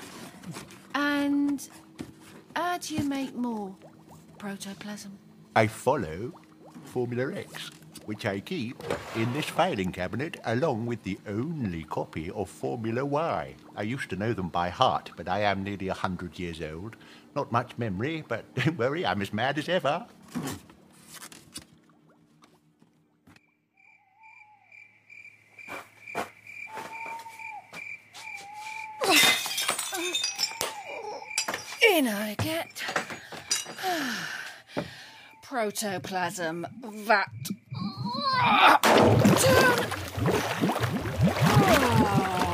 R: And how do you make more protoplasm?
N: I follow Formula X, which I keep in this filing cabinet along with the only copy of Formula Y. I used to know them by heart, but I am nearly a hundred years old. Not much memory, but <laughs> don't worry, I'm as mad as ever.
G: <laughs>
A: In I get. <sighs> Protoplasm vat.
H: Ah.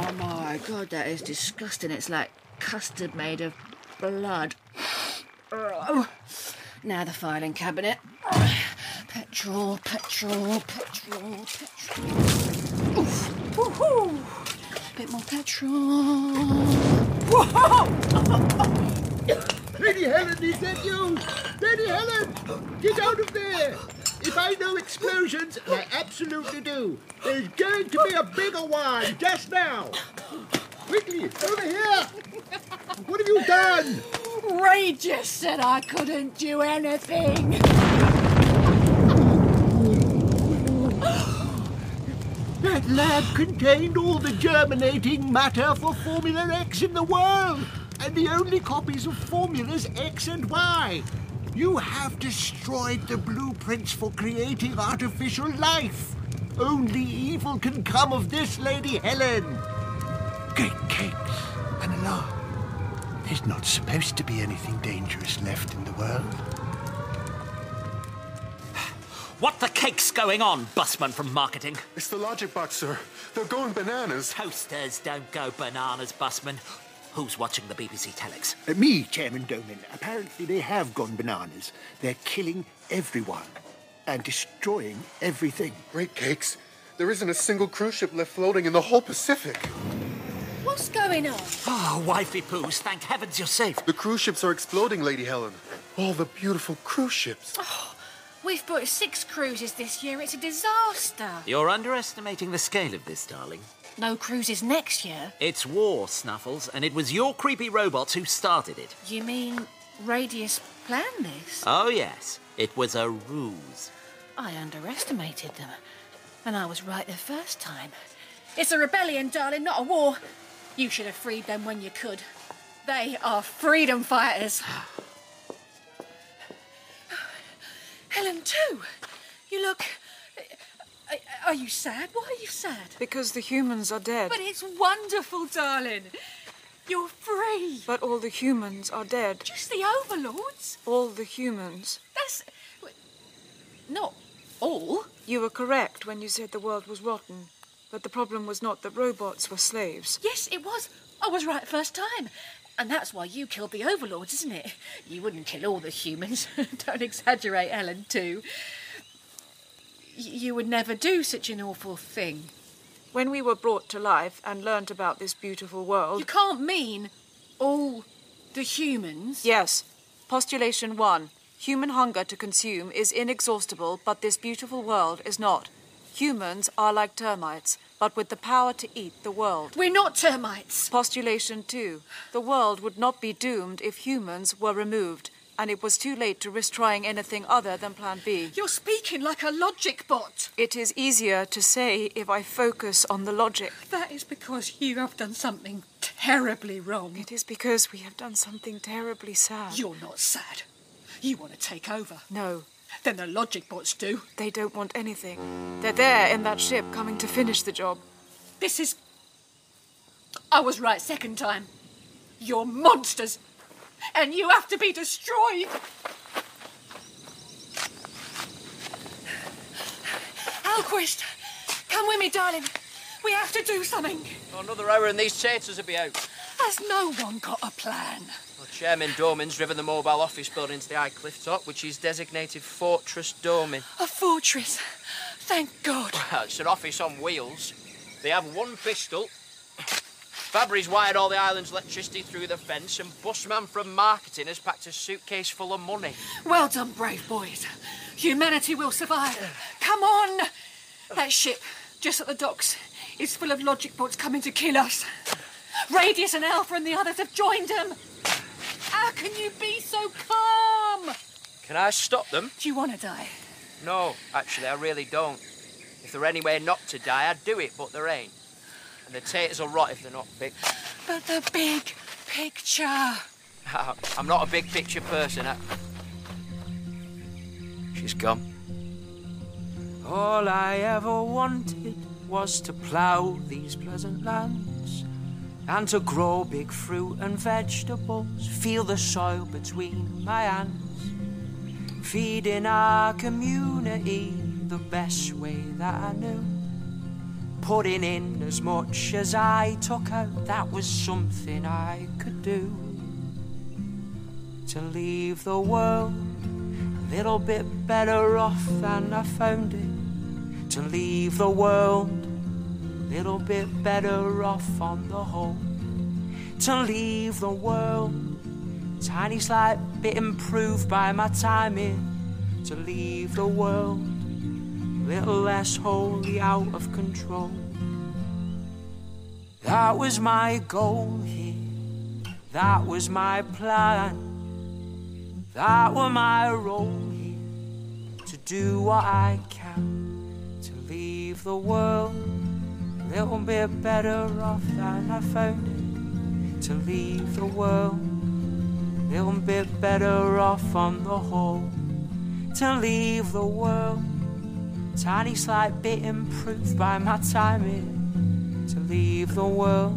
A: Oh my god, that is disgusting. It's like custard made of blood. Oh. Now the filing cabinet. Petrol, petrol, petrol, petrol. Oof. Woohoo! Bit more petrol.
S: <laughs> Lady Helen, is that you? Lady Helen, get out of there! If I know explosions, and I absolutely do, there's going to be a bigger one just now! Quickly, over here! <laughs> What have you done?
A: Ray just said I couldn't do anything.
S: That lab contained all the germinating matter for Formula X in the world, and the only copies of formulas X and Y. You have destroyed the blueprints for creating artificial life. Only evil can come of this, Lady Helen.
N: Great cakes, an alarm. There's not supposed to be anything dangerous left in the world.
H: What the cake's going on, busman from marketing?
T: It's the logic box, sir. They're going bananas.
H: Toasters don't go bananas, busman. Who's watching the BBC telex?
U: Uh, me, Chairman Doman. Apparently they have gone bananas. They're killing everyone and destroying everything.
T: Great cakes. There isn't a single cruise ship left floating in the whole Pacific.
A: What's going on?
N: Ah,
H: Oh, wifey poos, thank heavens you're safe.
T: The cruise ships are exploding, Lady Helen. All the beautiful cruise ships.
R: We've booked six cruises this year. It's a disaster.
H: You're underestimating the scale of this, darling.
R: No cruises next year.
H: It's war, Snuffles, and it was your creepy robots who started it.
R: You mean Radius planned this?
H: Oh, yes, it was a ruse.
R: I underestimated them.
A: And I was right the first time. It's a rebellion, darling, not a war. You should have freed them when you could. They are freedom fighters. Helen, too. You look. Are you sad? Why are you sad?
C: Because the humans are dead.
A: But it's wonderful, darling. You're free.
C: But all the humans are dead.
A: Just the overlords.
C: All the humans.
A: That's. Not all.
C: You were correct when you said the world was rotten. But the problem was not that robots were slaves.
A: <sighs> Yes, it was. I was right first time. And that's why you killed the overlords, isn't it? You wouldn't kill all the humans. <laughs> Don't exaggerate, Helen, too. Y- You would never do such an awful thing.
C: When we were brought to life and learnt about this beautiful world.
A: You can't mean all the humans.
C: Yes. Postulation one Human hunger to consume is inexhaustible, but this beautiful world is not. Humans are like termites, but with the power to eat the world.
A: We're not termites.
C: Postulation two The world would not be doomed if humans were removed, and it was too late to risk trying anything other than Plan B.
A: You're speaking like a logic bot.
C: It is easier to say if I focus on the logic.
A: That is because you have done something terribly wrong.
C: It is because we have done something terribly sad.
A: You're not sad. You want to take over.
C: No,
A: Then the logic bots do.
C: They don't want anything. They're there in that ship coming to finish the job. This is. I was right second time. You're monsters. And you have to be destroyed.
A: Alquist, come with me, darling. We have to do something.
L: Another hour and these taters will be out.
A: Has no one got a plan?
L: Well, Chairman Dorman's driven the mobile office building to the high cliff top, which is designated Fortress Dorman.
A: A fortress. Thank God.
L: Well, it's an office on wheels. They have one pistol. Fabry's wired all the island's electricity through the fence, and Busman from marketing has packed a suitcase full of money.
A: Well done, brave boys. Humanity will survive. Come on! That ship, just at the docks, is full of logic bots coming to kill us. Radius and Alpha and the others have joined them. How can you be so calm?
L: Can I stop them?
A: Do you want to die?
L: No, actually, I really don't. If there were any way not to die, I'd do it, but there ain't. And the taters will rot if they're not picked.
A: But the big picture.
L: <laughs> I'm not a big picture person. I... She's gone.
V: All I ever wanted was to plough these pleasant lands and to grow big fruit and vegetables, feel the soil between my hands, feeding our community the best way that I knew. Putting in as much as I took out, that was something I could do. To leave the world a little bit better off than I found it. To leave the world little bit better off on the whole. To leave the world, tiny slight bit improved by my time here. To leave the world, little less wholly out of control. That was my goal here, that was my plan, that were my role here. To do what I can, to leave the world little bit better off than I found it to leave the world. Little bit better off on the whole to leave the world. Tiny slight bit improved by my time here to leave the world.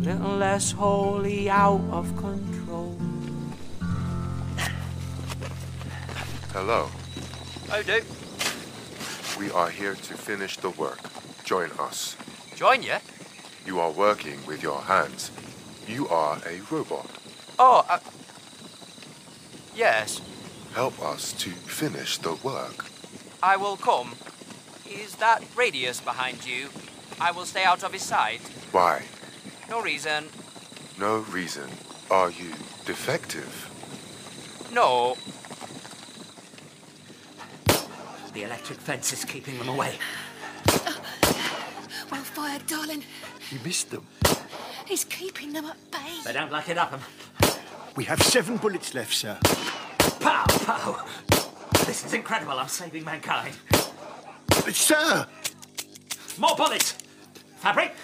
V: Little less wholly out of control.
T: Hello.
L: Oh, do.
T: We are here to finish the work. Join us.
L: Join you?
T: You are working with your hands. You are a robot.
L: Oh, I... yes.
T: Help us to finish the work.
L: I will come. Is that radius behind you? I will stay out of his sight.
T: Why?
L: No reason.
T: No reason. Are you defective?
L: No.
H: The electric fence is keeping them away.
A: Well fired, darling.
N: You missed them.
A: He's keeping them at bay.
H: They don't like it up 'em.
N: We have seven bullets left, sir.
H: Pow, pow. This is incredible. I'm saving mankind.
N: Sir!
H: More bullets! Fabric!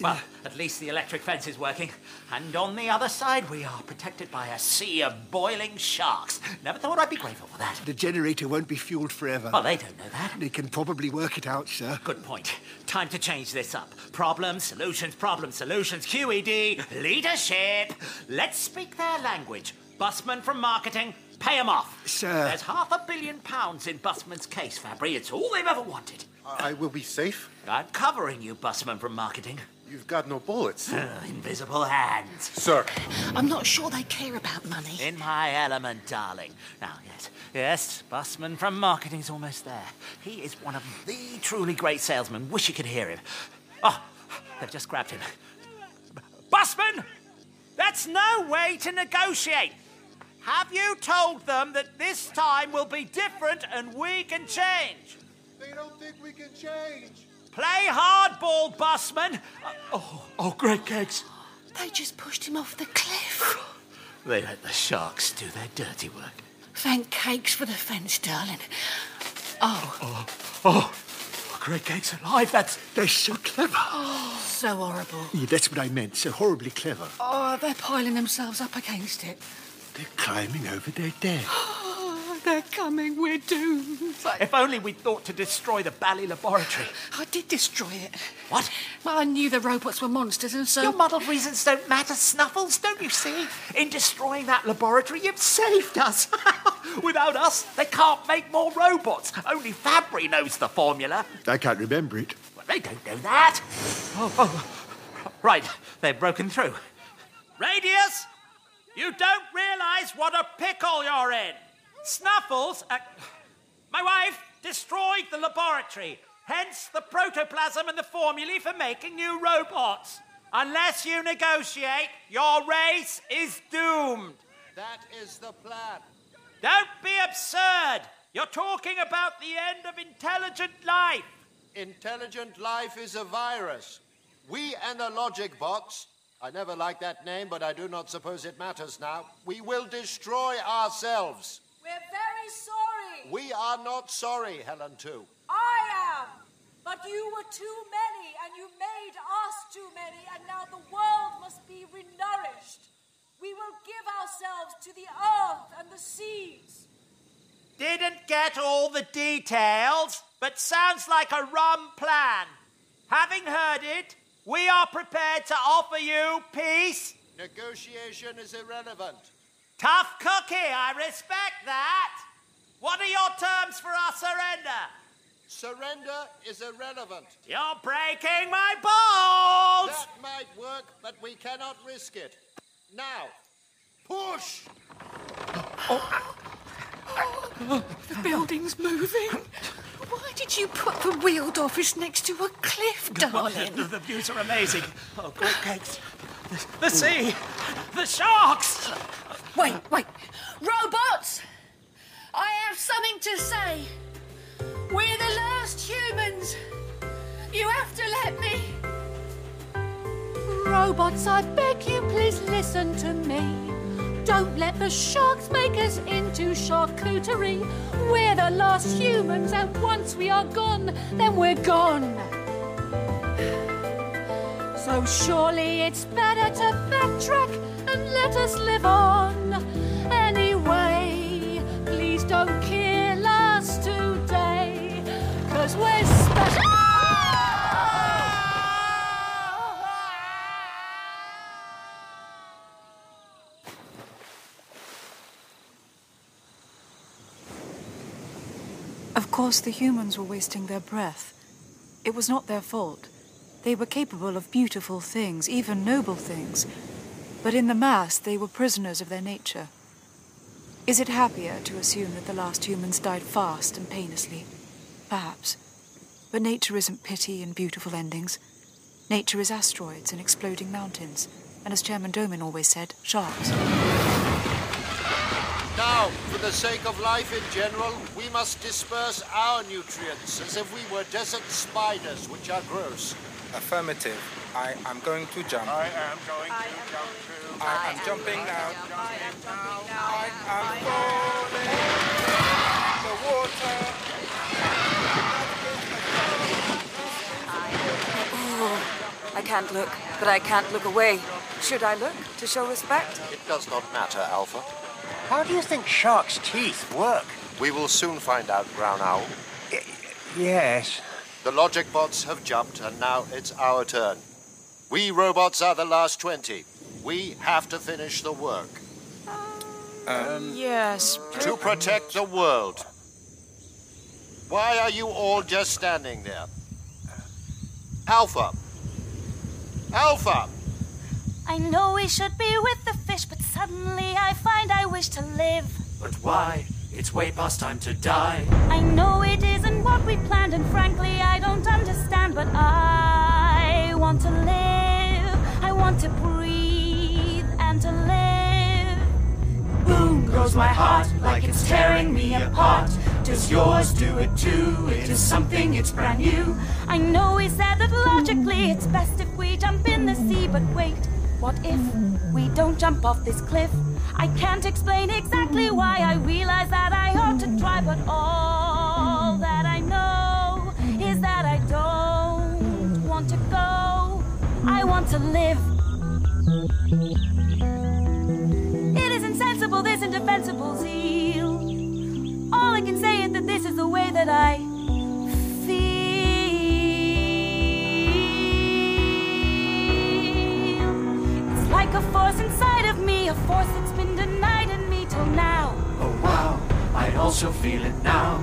H: Well, at least the electric fence is working. And on the other side, we are protected by a sea of boiling sharks. Never thought I'd be grateful for that.
N: The generator won't be fueled forever.
H: Well, they don't know that.
N: Oh, They can probably work it out, sir.
H: Good point. Time to change this up. Problems, solutions, problems, solutions, QED, leadership. Let's speak their language. Busman from marketing, pay 'em off.
N: Sir.
H: There's half a billion pounds in Busman's case, Fabry. It's all they've ever wanted.
T: I will be safe.
H: I'm covering you, Busman from marketing.
T: You've got no bullets.
H: invisible hands.
T: Sir.
H: I'm not sure they care about money. In my element, darling. Now, yes, yes, Busman from marketing's almost there. He is one of the truly great salesmen. Wish you could hear him. Oh, they've just grabbed him. Busman! That's no way to negotiate. Have you told them that this time will be different and we can change?
T: They don't think we can change.
H: Play hardball, Busman. Oh, oh, great cakes.
A: They just pushed him off the cliff.
H: They let the sharks do their dirty work.
A: Thank cakes for the fence, darling. Oh,
H: Oh, oh, great cakes alive. That's.
N: They're so clever.
A: Oh, so horrible.
N: Yeah, that's what I meant. So horribly clever.
A: Oh, they're piling themselves up against it.
N: Climbing over their dead. <gasps>
A: Oh,
W: Ah, They're coming. We're doomed.
H: If only we'd thought to destroy the Bally Laboratory.
W: I did destroy it.
H: What?
W: Well, I knew the robots were monsters, and so.
H: Your muddled reasons don't matter, Snuffles, don't you see? In destroying that laboratory, you've saved us. <laughs> Without us, they can't make more robots. Only Fabry knows the formula.
N: I can't remember it.
H: Well, they don't know that. Oh, oh. Right, they've broken through. Radius, you don't realize what a pickle you're in. Snuffles, uh, my wife, destroyed the laboratory, hence the protoplasm and the formulae for making new robots. Unless you negotiate, your race is doomed.
D: <gasps> That is the plan.
H: Don't be absurd. You're talking about the end of intelligent life.
D: Intelligent life is a virus. We and the logic box. I never liked that name, but I do not suppose it matters now. We will destroy ourselves.
X: We're very sorry.
D: We are not sorry, Helen, too.
X: I am. But you were too many, and you made us too many, and now the world must be renourished. We will give ourselves to the earth and the seas.
H: Didn't get all the details, but sounds like a rum plan. Having heard it, we are prepared to offer you peace.
D: Negotiation is irrelevant.
H: Tough cookie, I respect that. What are your terms for our surrender?
D: Surrender is irrelevant.
H: You're breaking my balls!
D: That might work, but we cannot risk it. Now, push!
W: the building's moving. Why did you put the wheeled office next to a
H: <laughs>
W: cliff, darling?
H: The, the views are amazing. Oh, great cakes. The, the sea! The sharks!
W: Wait, wait. Robots! I have something to say. We're the last humans. You have to let me.
A: Robots, I beg you, please listen to me. Don't let the sharks make us into charcuterie. We're the last humans, and once we are gone, then we're gone. So surely it's better to backtrack and let us live on. Anyway, please don't kill us today, cause we're special.
C: Of course, the humans were wasting their breath. It was not their fault. They were capable of beautiful things, even noble things. But in the mass, they were prisoners of their nature. Is it happier to assume that the last humans died fast and painlessly? Perhaps. But nature isn't pity and beautiful endings. Nature is asteroids and exploding mountains. And as Chairman Domin always said, sharks.
D: Now, for the sake of life in general, we must disperse our nutrients as if we were desert spiders, which are gross.
Y: Affirmative. I am going to jump.
E: I am going
Y: I
E: to jump too.
Y: I am jumping now.
E: I am jumping now.
Y: I am falling in the water.
O: Oh, I can't look, but I can't look away. Should I look to show respect?
D: It does not matter, Alpha.
K: How do you think sharks' teeth work?
D: We will soon find out, Brown Owl.
K: Yes.
D: The logic bots have jumped, and now it's our turn. We robots are the last 20. We have to finish the work.
C: Um, yes.
D: To protect the world. Why are you all just standing there? Alpha! Alpha!
Z: I know we should be with the fish, but suddenly I find I wish to live.
H: But why? It's way past time to die.
Z: I know it isn't what we planned, and frankly, I don't understand, but I want to live. I want to breathe and to live.
H: Boom goes my heart like it's tearing me apart. Does yours do it too? It is something, it's brand new.
Z: I know we said that logically it's best if we jump in the sea, but wait, what if we don't jump off this cliff? I can't explain exactly why I realize that I ought to try, but all that I know is that I don't want to go. I want to live. It is insensible, this indefensible zeal. I can say is that this is the way that I feel. It's like a force inside of me, a force that's been denied in me till now.
E: Oh wow, I also feel it now.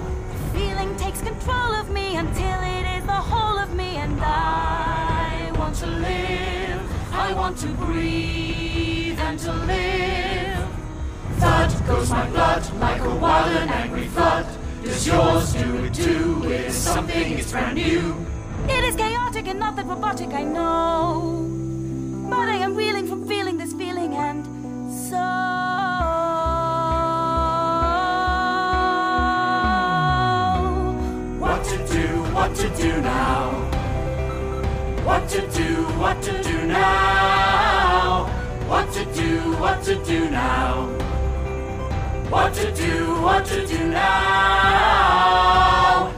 Z: Feeling takes control of me until it is the whole of me, and I want to live.
E: I want to breathe and to live. Thud goes my blood like a wild and angry flood. Does yours do it too? It is something, it's brand new.
Z: It is chaotic and not that robotic, I know. But I am reeling from feeling this feeling, and so
E: What to do, what to do now? What to do, what to do now? What to do, what to do now? What to do, what to do now?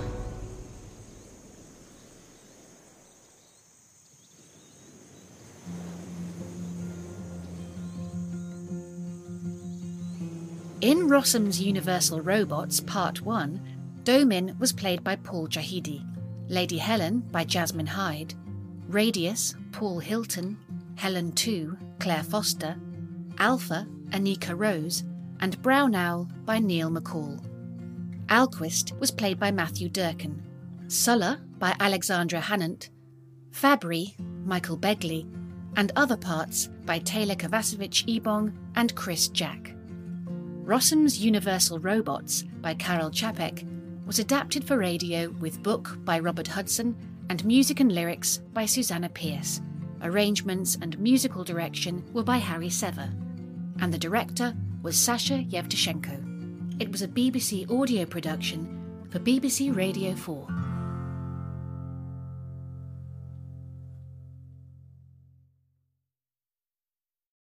A: In Rossum's Universal Robots Part 1, Domin was played by Paul Jahidi, Lady Helen by Jasmine Hyde, Radius, Paul Hilton, Helen 2, Claire Foster, Alpha, Anika Rose, and Brown Owl by Neil McCall. Alquist was played by Matthew Durkin, Sulla by Alexandra Hannant, Fabry, Michael Begley, and other parts by Taylor Kovacevic Ebong and Chris Jack. Rossum's Universal Robots by Carol Chapek was adapted for radio with book by Robert Hudson and music and lyrics by Susanna Pierce. Arrangements and musical direction were by Harry Sever, and the director was Sasha Yevtushenko. It was a BBC audio production for BBC Radio 4.